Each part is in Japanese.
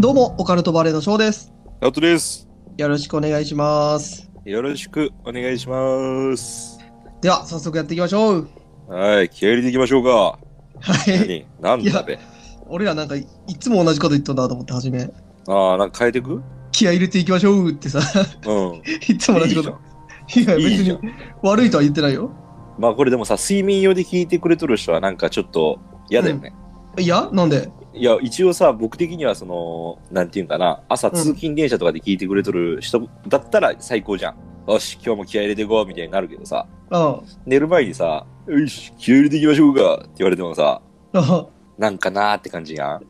どうも、オカルトバレーの翔です。ナオトです。よろしくお願いします。よろしくお願いします。では、早速やっていきましょう。はい、気合い入れていきましょうか。はい。何なんだべ。俺らなんかい、いつも同じこと言っとんだと思って、初め。ああ、なんか変えていくうん。気合い入れていきましょうってさ、いつも同いいじじこゃとん。。いや、別いいじゃにん。悪いとは言ってないよ。まあこれでもさ、睡眠用で聞いてくれとる人はなんかちょっと嫌だよね。いや、なんでいや、一応さ、僕的にはその、なんていうんかな、朝通勤電車とかで聞いてくれとる人だったら最高じゃん。よし、今日も気合い入れていこうみたいになるけどさ、あ寝る前にさ、よし、気合い入れていきましょうかって言われてもさ、ああなんかなーって感じやん。あ。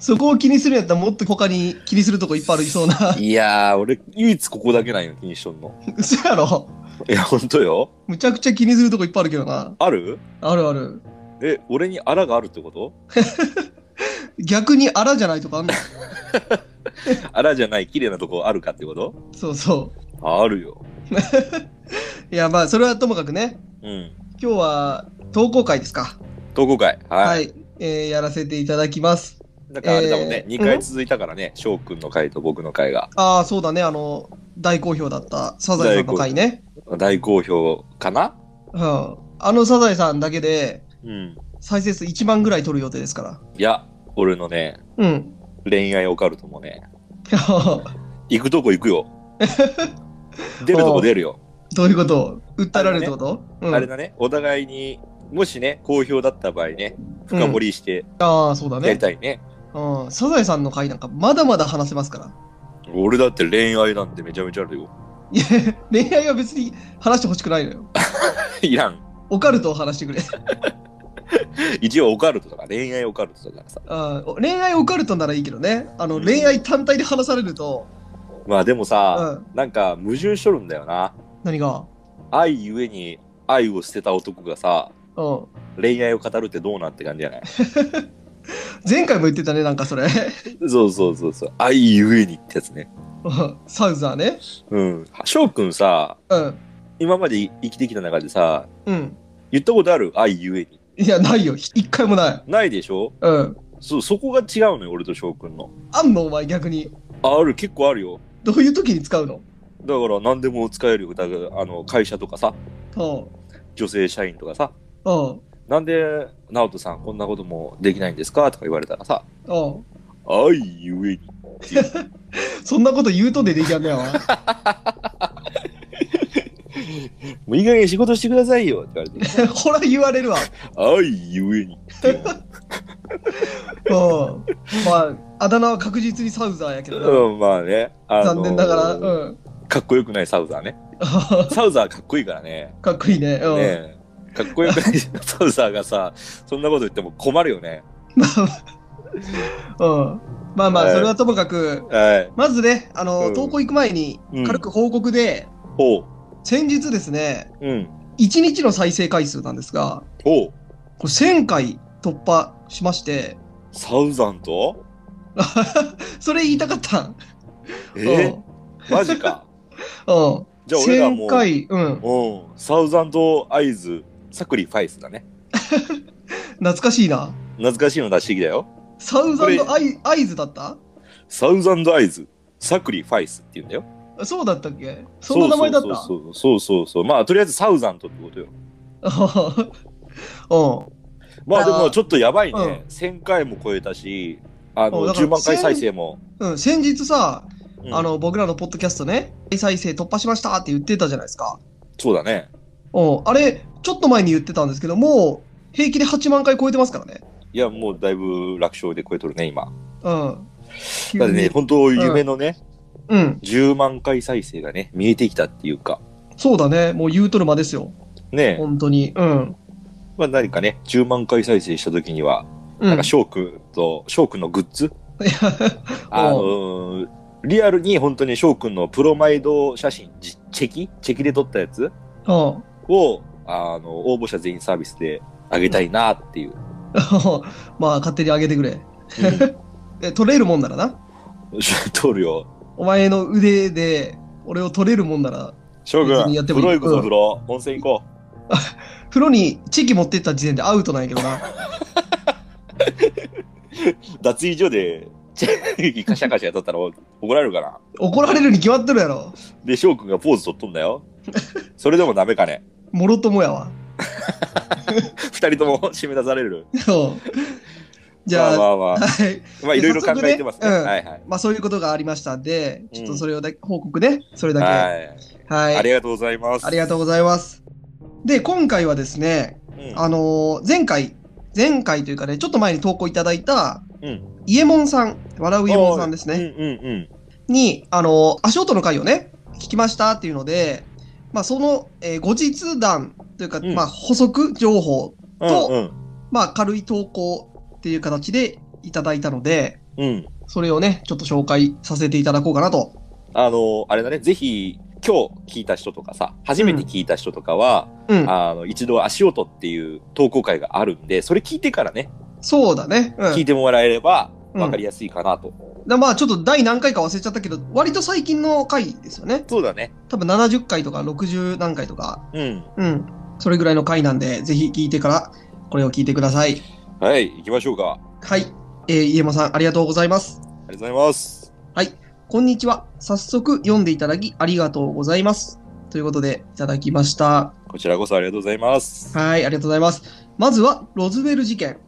そこを気にするんやったらもっと他に気にするとこいっぱいあるいそうな。 いやー、俺、唯一ここだけなんよ、気にしとんの。嘘やろいや、ほんとよ。むちゃくちゃ気にするとこいっぱいあるけどな。あるあるある。え、俺にあらがあるってこと逆にあらじゃないとかあんのあらじゃない、綺麗なとこあるかってことそうそあるよ。う。いや、まあ、それはともかくね。うん。今日は投稿会ですか。投稿会。は、はいい。えーやらせていただきます。なんかあれだもんね、えー2回続いたからね、翔くんの回と僕の回が。ああ、そうだね、あの、大好評だったサザエさんの回ね。大好評かなうん。あのサザエさんだけで、うん。再生数1万ぐらい取る予定ですかいや、俺のね、ら。うん。 恋愛オカルトもね、行くとこ行く よ。出るとこ出るよ。どういうこと訴えられるってこと、うん、あれだね、お互いに、もしね、好評だった場合ね、深掘りしてああ、そうだやりね、たいね。うん。サザエさんの回なんかまだまだ話せますから。俺だって恋愛なんてめちゃめちゃあるよ。 いや、恋愛は別に話してほしくないのよ。いらん。オカルトを話してくれ。一応オカルトだから、恋愛オカルトだからさ。あー恋愛オカルトならいいけどね。あの、うん恋愛単体で話されると、まあでもうさ、ん。なんか矛盾しとるんだよな。何が愛ゆえに愛を捨てた男がさ、うん。恋愛を語るってどうなんって感じじゃない前回も言ってたね、なんかそれ。そうそうそうそう。愛ゆえにってやつね。 サウザーね。うん。翔くんさ、うん。今まで生きてきた中でさ、うん。言ったことある愛ゆえに。いや、ないよ。ひ一回もない。ないでしょうん。そう、そこが違うのよ、俺と翔くんの。あんのお前、逆に。あ、ある、結構あるよ。どういう時に使うのだから何でも使えるよ。だから、あの、会社とかさ、う女性社員とかさ、ん。うん。なんで、ナオトさん、こんなこともできないんですかとか言われたらさ、うん。愛ゆえに。そんなこと言うとんでできやんねや わ。もういい加減仕事してくださいよって言わ れて、ほら、言われるわ。愛ゆえに。うん。まあ、あだ名は確実にサウザーやけどな。うん、まあね。あの残念ながら、うん。かっこよくないサウ ザーね。サウザーかっこいいからね。かっこいいね。うん。ねえかっこよくない サウザーがさ、そんなこと言っても困るよね。うん。まあまあ、はいそれはともかく、はい。まずね、あの、うん投稿行く前にうん、軽く報告で、ほう。先日ですね、うん。 1日の再生回数なんですが、ほう。これ1000回突破しまして、サウザンとそれ言いたかったん。えうんー、マジか。うん。じゃあ俺ら1000も回、うん。う、うん、サウザンとアイズ、サクリファイスだね。懐かしいな。懐かしいの出してきたよ。サウザンドアイアイズだったサウザンドアイズ、サクリファイスって言うんだよ。そうだったっけそんな名前だったそうそうそうそうそうそう。まあ、とりあえずサウザンドってことよ。うまあ、あーでもちょっとやばいね。1000回も超えたし、あうんの、だから10万回再生も。 ん。うん。先日さ、うんあの、僕らのポッドキャストね、再生突破しましたって言ってたじゃないですか。そうだね。うん。あれ、ちょっと前に言ってたんですけど、もう、平気で8万回超えてますからね。いや、もうだいぶ楽勝で超えとるね、今。うん。だってね、本当夢のね、うん。 10万回再生がね、見えてきたっていうか、そうだね。もう言うとる間ですよ。ね、本当に。うん。まあ何かね、10万回再生した時には、うんなんか翔くんと、翔くんのグッズ、いやあのーリアルに本当に翔くんのプロマイド写真、じチェキチェキで撮ったやつうん。を、あの、応募者全員サービスであげたいなっ ていう。まあ、勝手にあげてくれ。え取れるもんならな。撮るよ。お前の腕で、俺を取れるもんなら、翔く別にやん、って風もいい呂行うくぞ、ん風呂。温泉行こ風呂にチェキ持って った時点でアウトなんやけどな。う。脱衣所でカシャカシャやっとったら怒られるかな。怒られるに決まっとるやろ。で、翔くんがポーズ取っとんだよ。それでもダメかね。もろともやわ。二人とも締め出される。そう じゃあ、まあまあまあ。はい。まあいろいろ考えてますね。早速ねうんはいはい。まあそういうことがありましたんで、ちょっとそれをだけ、報告ね、それだけ。は。はいい。ありがとうございます。ありがとうございます。で、今回はですね、うん。あのー前回、前回というかね、ちょっと前に投稿いただいた、うん。伊右衛門さん、笑う伊右衛門さんですね、うんうんうん。に、あのー足音の回をね、聞きましたっていうので、まあ、その、えー後日談というか、うんまあ、補足情報、とうんまあ、軽い投稿っていう形でいただいたので、うん。うん。それをね、ちょっと紹介させていただこうかなと。あのあれだね、ぜひ、今日聞いた人とかさ、初めて聞いた人とかは、うん。あの、一度足音っていう投稿会があるんで、それ聞いてからね、そうだね。うん聞いてもらえれば、うんわかりやすいかなと。だまあちょっと第何回か忘れちゃったけど、割と最近の回ですよね。そうだね。多分70回とか60何回とか、うん。うん。それぐらいの回なんで、ぜひ聞いてから、これを聞いてください。はい、行きましょうか。はい。えー、家山さん、ありがとうございます。ありがとうございます。こんにちは。早速読んでいただき、ありがとうございます。ということで、いただきました。こちらこそありがとうございます。はい、ありがとうございます。まずは、ロズウェル事件。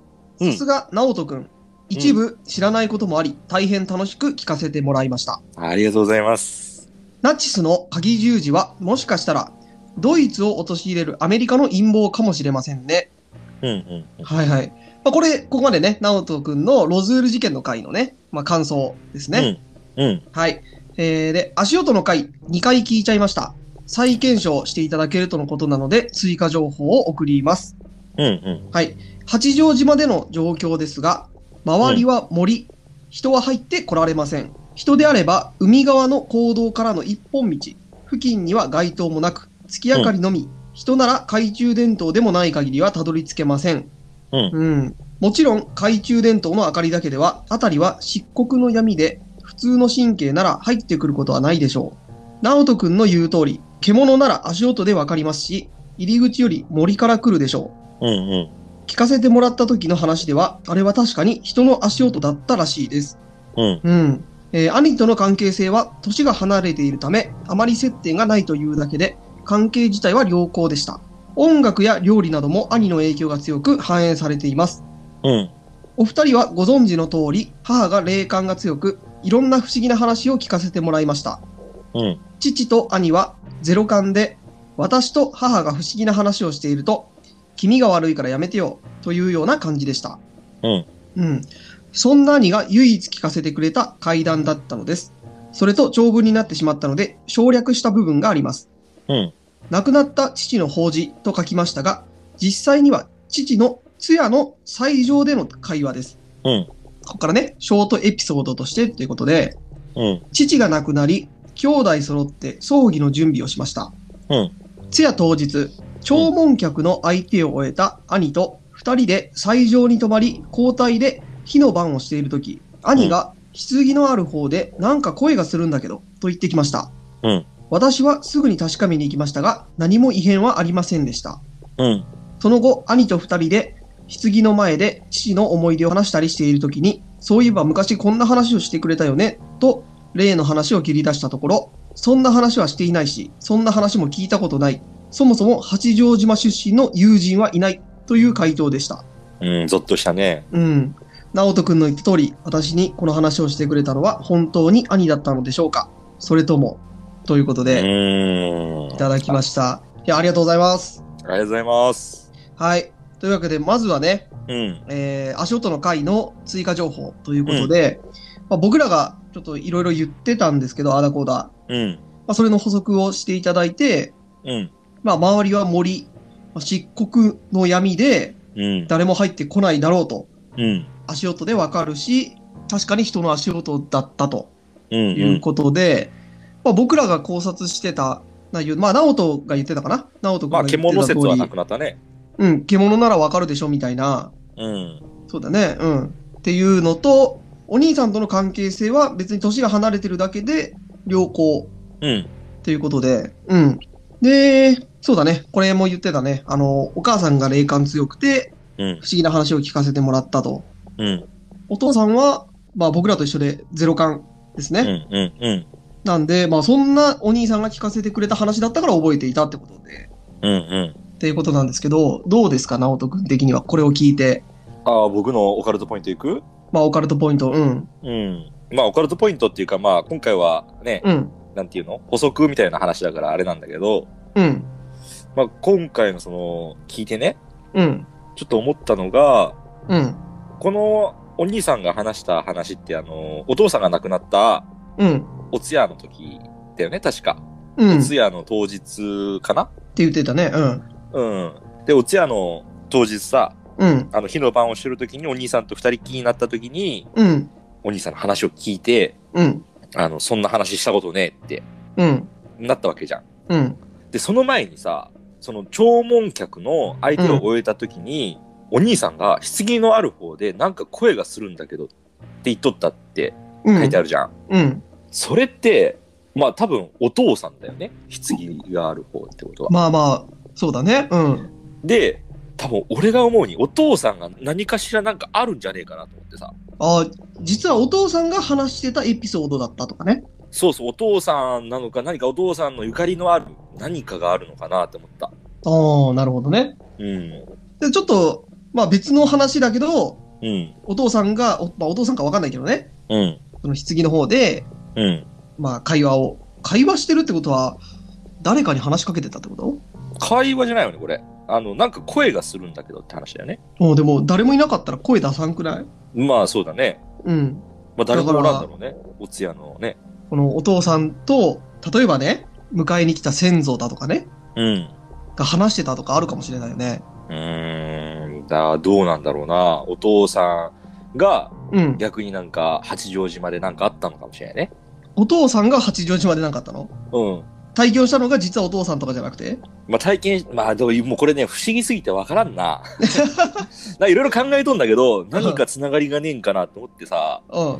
うんさすが、直人くん。一部知らないこともあり、大変楽しく聞かせてもらいました。ありがとうございます。ナチスの鍵十字は、もしかしたら、ドイツを陥れるアメリカの陰謀かもしれませんね。うんうんうん。はいはい。まあ、これ、ここまでね、直人くんのロズール事件の回のね、まあ、感想ですね。うん。うん。はい。えー、で、足音の回、2回聞いちゃいました。再検証していただけるとのことなので、追加情報を送ります。うんうん。はい。八丈島での状況ですが、周りは森、人は入って来られません。人であれば、海側の坑道からの一本道、付近には街灯もなく、月明かりのみ、人なら懐中電灯でもない限りはたどり着けません。うんもちろん、懐中電灯の明かりだけでは、辺りは漆黒の闇で、普通の神経なら入ってくることはないでしょう。直人くんの言う通り、獣なら足音でわかりますし、入り口より森から来るでしょう。うんうん。聞かせてもらった時の話では、あれは確かに人の足音だったらしいです。うん。うん。えー兄との関係性は、年が離れているため、あまり接点がないというだけで、関係自体は良好でした。音楽や料理なども兄の影響が強く反映されています。うん。お二人はご存知の通り、母が霊感が強く、いろんな不思議な話を聞かせてもらいました。うん。父と兄はゼロ感で、私と母が不思議な話をしていると、君が悪いからやめてよというような感じでした。うん。うん。そんな兄が唯一聞かせてくれた怪談だったのです。それと長文になってしまったので、省略した部分があります。うん。亡くなった父の法事と書きましたが、実際には父の通夜の最上での会話です。うんここからね、ショートエピソードとしてということで、うん。父が亡くなり、兄弟揃って葬儀の準備をしました。うん通夜当日、弔問客の相手を終えた兄と二人で斎場に泊まり、交代で火の番をしている時、兄が棺のある方でなんか声がするんだけど、と言ってきました。うん私はすぐに確かめに行きましたが、何も異変はありませんでした。うん。その後、兄と二人で、棺の前で父の思い出を話したりしているときに、そういえば昔こんな話をしてくれたよね、と、例の話を切り出したところ、そんな話はしていないし、そんな話も聞いたことない。そもそも八丈島出身の友人はいない、という回答でした。うん。ゾッとしたね。うん。直人くんの言った通り、私にこの話をしてくれたのは本当に兄だったのでしょうかそれとも、ということうで、ーん。いただきました。いや、ありがとうございます。ありがとうございます。はい。というわけで、まずはね、うん。えー足音の会の追加情報ということで、まあ、僕らがちょっといろいろ言ってたんですけど、あーだこーだ、まうん。あ、それの補足をしていただいて、うん。まあ、周りは森、まあ漆黒の闇でうん。誰も入ってこないだろうと、うん。足音でわかるし、確かに人の足音だったとうん。。いううんことで、まあ、僕らが考察してた内容、まあ、直人が言ってたかな直人君まあ、が言って獣た通説り、はなくなったね。うん、獣ならわかるでしょみたいなうん。そうだね、うん。っていうのと、お兄さんとの関係性は別に年が離れてるだけで良好うん。ということで、うん。で、そうだね、これも言ってたね、あの、お母さんが霊感強くてうん。不思議な話を聞かせてもらったと。うん。お父さんはまあ僕らと一緒でゼロ感ですね。うんうんうん。なんで、まあそんなお兄さんが聞かせてくれた話だったから覚えていたってことで、うんうん。っていうことなんですけど、どうですか、直人君的にはこれを聞いて。ああ、僕のオカルトポイントいくまあオカルトポイント、うん。うん。まあ、オカルトポイントっていうか、まあ、今回はね、うん。なんていうの補足みたいな話だからあれなんだけど、うん。まあ、今回のその、聞いてね、うん。ちょっと思ったのが、うん。このお兄さんが話した話って、あの、お父さんが亡くなったうん。お通夜の時だよね、確か。うん。おって通夜の当日かな言ってたね。うん。うん。で、お通夜の当日さ、うん。あの、火の晩をしてる時にお兄さんと二人っきりになった時に、うん。お兄さんの話を聞いて、うん。あの、そんな話したことねってうん。なったわけじゃん。うん。で、その前にさ、その弔問客の相手を終えた時に、お兄さんが棺のある方でなんか声がするんだけどって言っとったってうん。書いてあるじゃん。うん。それって、まあ多分お父さんだよね。棺がある方ってことは。まあまあ、そうだね。うん。で、多分俺が思うにお父さんが何かしらなんかあるんじゃねえかなと思ってさ。ああ、実はお父さんが話してたエピソードだったとかね。そうそう、お父さんなのか何かお父さんのゆかりのある何かがあるのかなって思った。ああ、なるほどね。うん。で、ちょっと、まあ別の話だけど、うん。お父さんが、おまあ、お父さんかわかんないけどね、うん。その棺の方で、うん。まあ会話を、会話してるってことは、誰かに話しかけてたってこと会話じゃないよね、これ。あの、なんか声がするんだけどって話だよね。もうでも誰もいなかったら声出さんくらいまあそうだね。うん。まあ誰もおだかららんだろうね。お通夜のね。このお父さんと、例えばね、迎えに来た先祖だとかね、うん。が話してたとかあるかもしれないよね。うーん。だどうなんだろうな。お父さんがうん。逆になんか八丈島でなんかあったのかもしれないね。お父さんが八丈島でなんかあったのうん。体験したのが実はお父さんとかじゃなくてまあ体験、まあでももうこれね、不思議すぎてわからん な。なんかいろいろ考えとんだけど、何かつながりがねえんかなと思ってさ、うん。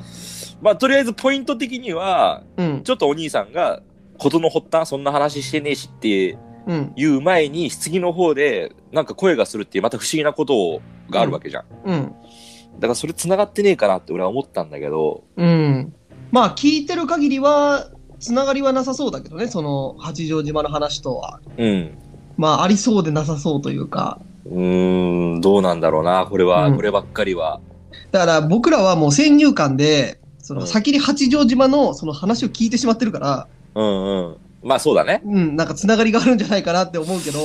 まあとりあえずポイント的には、うん。ちょっとお兄さんが事の発端、そんな話してねえしってうん。言う前に、棺の方でなんか声がするっていう、また不思議なことがあるわけじゃん。うん。だからそれつながってねえかなって俺は思ったんだけど、うん。まあ、聞いてる限りは、つながりはなさそうだけどね、その、八丈島の話とは。うん。まあ、ありそうでなさそうというか。うーん、どうなんだろうな、これは、うんこればっかりは。だから、僕らはもう先入観で、その、うん先に八丈島のその話を聞いてしまってるから、うんうん。まあそうだね。うん、なんかつながりがあるんじゃないかなって思うけど、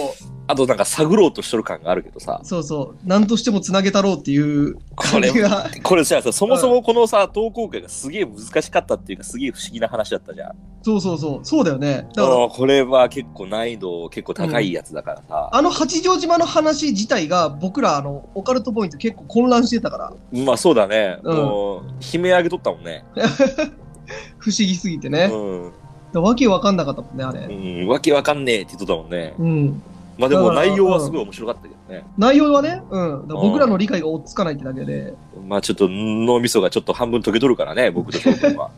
あとなんか探ろうとしとる感があるけどさ。そうそう、なんとしてもつなげたろうっていうこ感れじが、これさ、そもそもこのさ、投稿会がすげえ難しかったっていうか、すげえ不思議な話だったじゃん。そうそうそう、そうだよね。だから、うんこれは結構難易度結構高いやつだからさ。あの八丈島の話自体が、僕ら、あの、オカルトポイント結構混乱してたから、まあそうだね。うんもう、悲鳴上げとったもんね。不思議すぎてうね。ん。わけわかんなかったもんね、あれ。うん、わけわかんねえって言っとったもんね。うん。まあでだもから内容はすごい面白かったけどね。内容はね、うん。だからうん僕らの理解が追っつかないってだけで、まあちょっと脳みそがちょっと半分溶けとるからね、僕と翔くんは。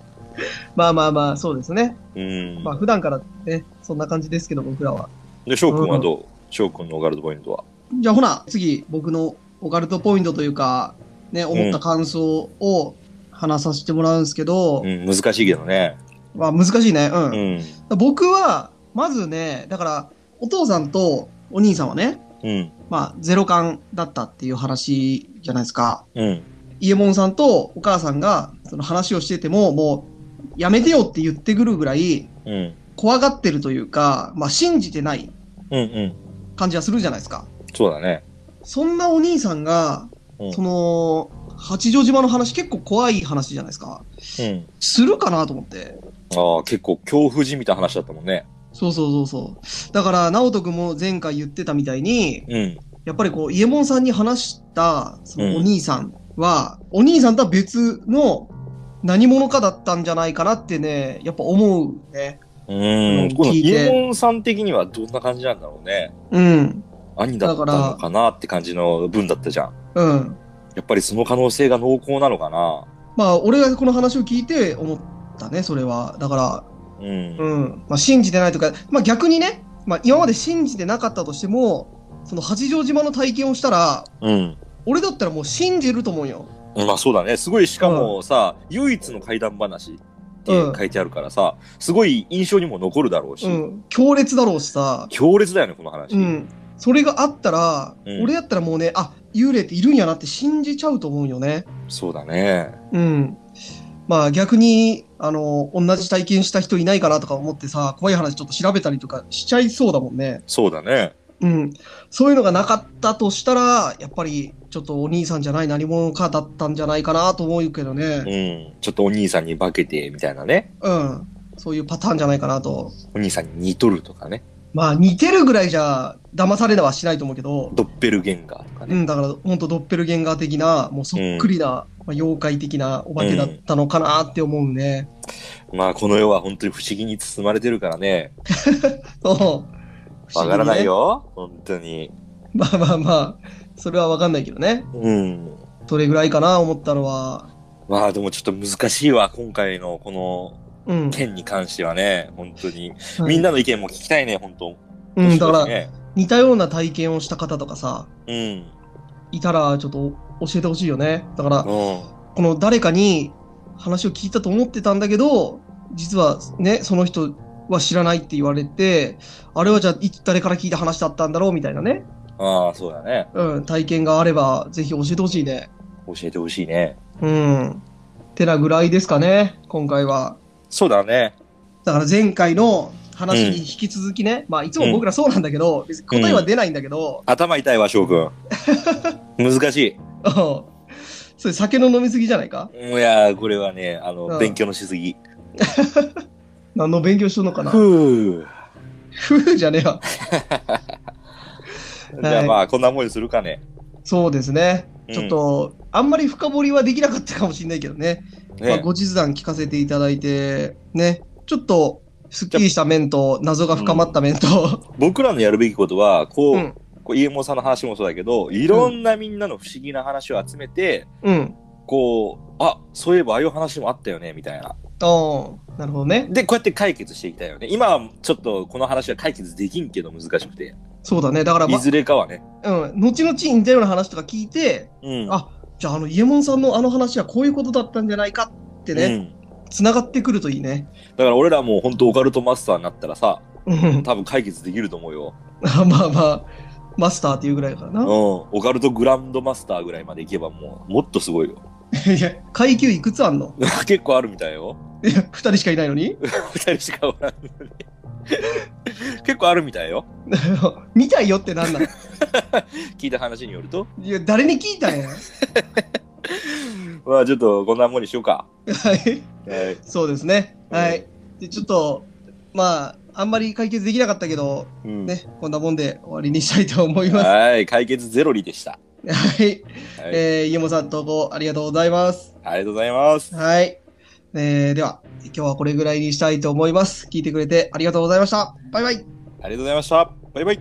まあまあまあ、そうですね。うんま。あ普段からね、そんな感じですけど、僕らは。で、翔くんはどう翔くんのオガルドポイントは。じゃあほな、次、僕のオカルトポイントというか、ね、思った感想を話させてもらうんですけど、うん、難しいけどね。まあ難しいね。うん。うん。僕は、まずね、だから、お父さんとお兄さんはね、うん。まあ、ゼロ感だったっていう話じゃないですか。うん。伊右衛門さんとお母さんがその話をしてても、もう、やめてよって言ってくるぐらい、うん。怖がってるというか、まあ、信じてないうん。うん。感じはするじゃないですか。そうだね。そんなお兄さんが、うんその、八丈島の話結構怖い話じゃないですか。うん。するかなと思って。ああ、結構恐怖じみた話だったもんね。そうそうそうそう。だから、直人くんも前回言ってたみたいに、うん。やっぱりこう、伊右衛門さんに話した、そうんのお兄さんは、お兄さんとは別の何者かだったんじゃないかなってね、やっぱ思うね。うーうんん。この聞いてイエモンさん的にはどんな感じなんだろうね。うん。兄だっただのかかなって感じの分だったじゃん。うん。やっぱりその可能性が濃厚なのかな。まあ、俺がこの話を聞いて思ったね、それは。だかうんら、。うん。まあ、信じてないとか、まあ逆にね、まあ今まで信じてなかったとしても、その八丈島の体験をしたら、うん。俺だったらもう信じると思うよ。うまあそうだね。すごい、しかもさ、唯一の怪談話って書いてあるからさ、すごい印象にも残るだろうし、うん、強烈だろうしさ、強烈だよね、この話。うん、それがあったら、うん俺やったらもうねあ幽霊っているんやなって信じちゃうと思うよねそうだね。うんまあ逆にあの同じ体験した人いないかなとか思ってさ怖い話ちょっと調べたりとかしちゃいそうだもんねそうだね。うんそういうのがなかったとしたらやっぱりちょっとお兄さんじゃない何者かだったんじゃないかなと思うけどうねん。ちょっとお兄さんに化けて、みたいなね。うんそういうパターンじゃないかなとお兄さんに似とるとかね。まあ似てるぐらいじゃ騙されはしないと思うけどドッペルゲンガーとかうね。ん、だから本当ドッペルゲンガー的な、もうそっくりな、まあ、妖怪的なお化けだったのかなって思うね。まあこの世は本当に不思議に包まれてるからね。そうわからない。不思よ。本当に。議ねまあまあまあ、それはわかんないけどね。うん。それぐらいかな、思ったのは。まあでもちょっと難しいわ。今回のこのうん。件に関してはね。本当に。はいみんなの意見も聞きたいね、本当。うん、だから、ね。似たような体験をした方とかさ、うん。いたらちょっと教えてほしいよね。だから、うん。この誰かに話を聞いたと思ってたんだけど、実はね、その人は知らないって言われて、あれはじゃあ、い誰から聞いた話だったんだろうみたいなね。ああ、そうだね。うん、体験があれば、ぜひ教えてほしいね。教えてほしいね。うん。てなぐらいですかね、今回は。そうだね。だから前回の話に引き続きね、まあいつも僕らそうなんだけど、別に答えは出ないんだけど、 頭痛いわ、翔くん。難しそれ酒の飲みすぎじゃないかい。いやー、これはね、あの、うん勉強のしすぎ。何の勉強しとんのかなふぅ。ふうじゃねえわ。じゃあまあ、こんなもんにするかね。そうですね。うんちょっと、あんまり深掘りはできなかったかもしれないけどね。まあ、ね。後日談聞かせていただいて、ね、ちょっと、すっきりした面と、謎が深まった面と、僕らのやるべきことは、こう、うんこう、イエモさんの話もそうだけど、いろんなみんなの不思議な話を集めて、うん。こう、あ、そういえばああいう話もあったよね、みたいな。ああ、なるほどね。で、こうやって解決していきたいよね。今はちょっとこの話は解決できんけど難しくて。そうだね。だから、まい、ずれかはね。うん、後々似たような話とか聞いて、うん。あじゃあ、あの、伊右衛門さんのあの話はこういうことだったんじゃないかってうね、ん。つながってくるといいね。だから俺らもう本当オカルトマスターになったらさ、うん。多分解決できると思うよ。 まあまあ、マスターっていうぐらいだからうん。な。オカルトグランドマスターぐらいまで行けばもう、もっとすごいよ。 いや、階級いくつあんの結構あるみたいよ。いや、二人しかいないのに 二人しかおらんのに。結構あるみたいよ。見たいよってなんなの聞いた話によると。いや、誰に聞いたんや。まあちょっとこんなもんにしようか。はい。はい。そうですね。はい。で、ちょっと、まあ、あんまり解決できなかったけど、うんね、こんなもんで終わりにしたいと思います。ははい。解決ゼロリでした。い。はい。えー、ゆもさん投稿ありがとうございます。ありがとうございます。はい。えー、では、今日はこれぐらいにしたいと思います。聞いてくれてありがとうございました。バイバイ。ありがとうございました。バイバイ。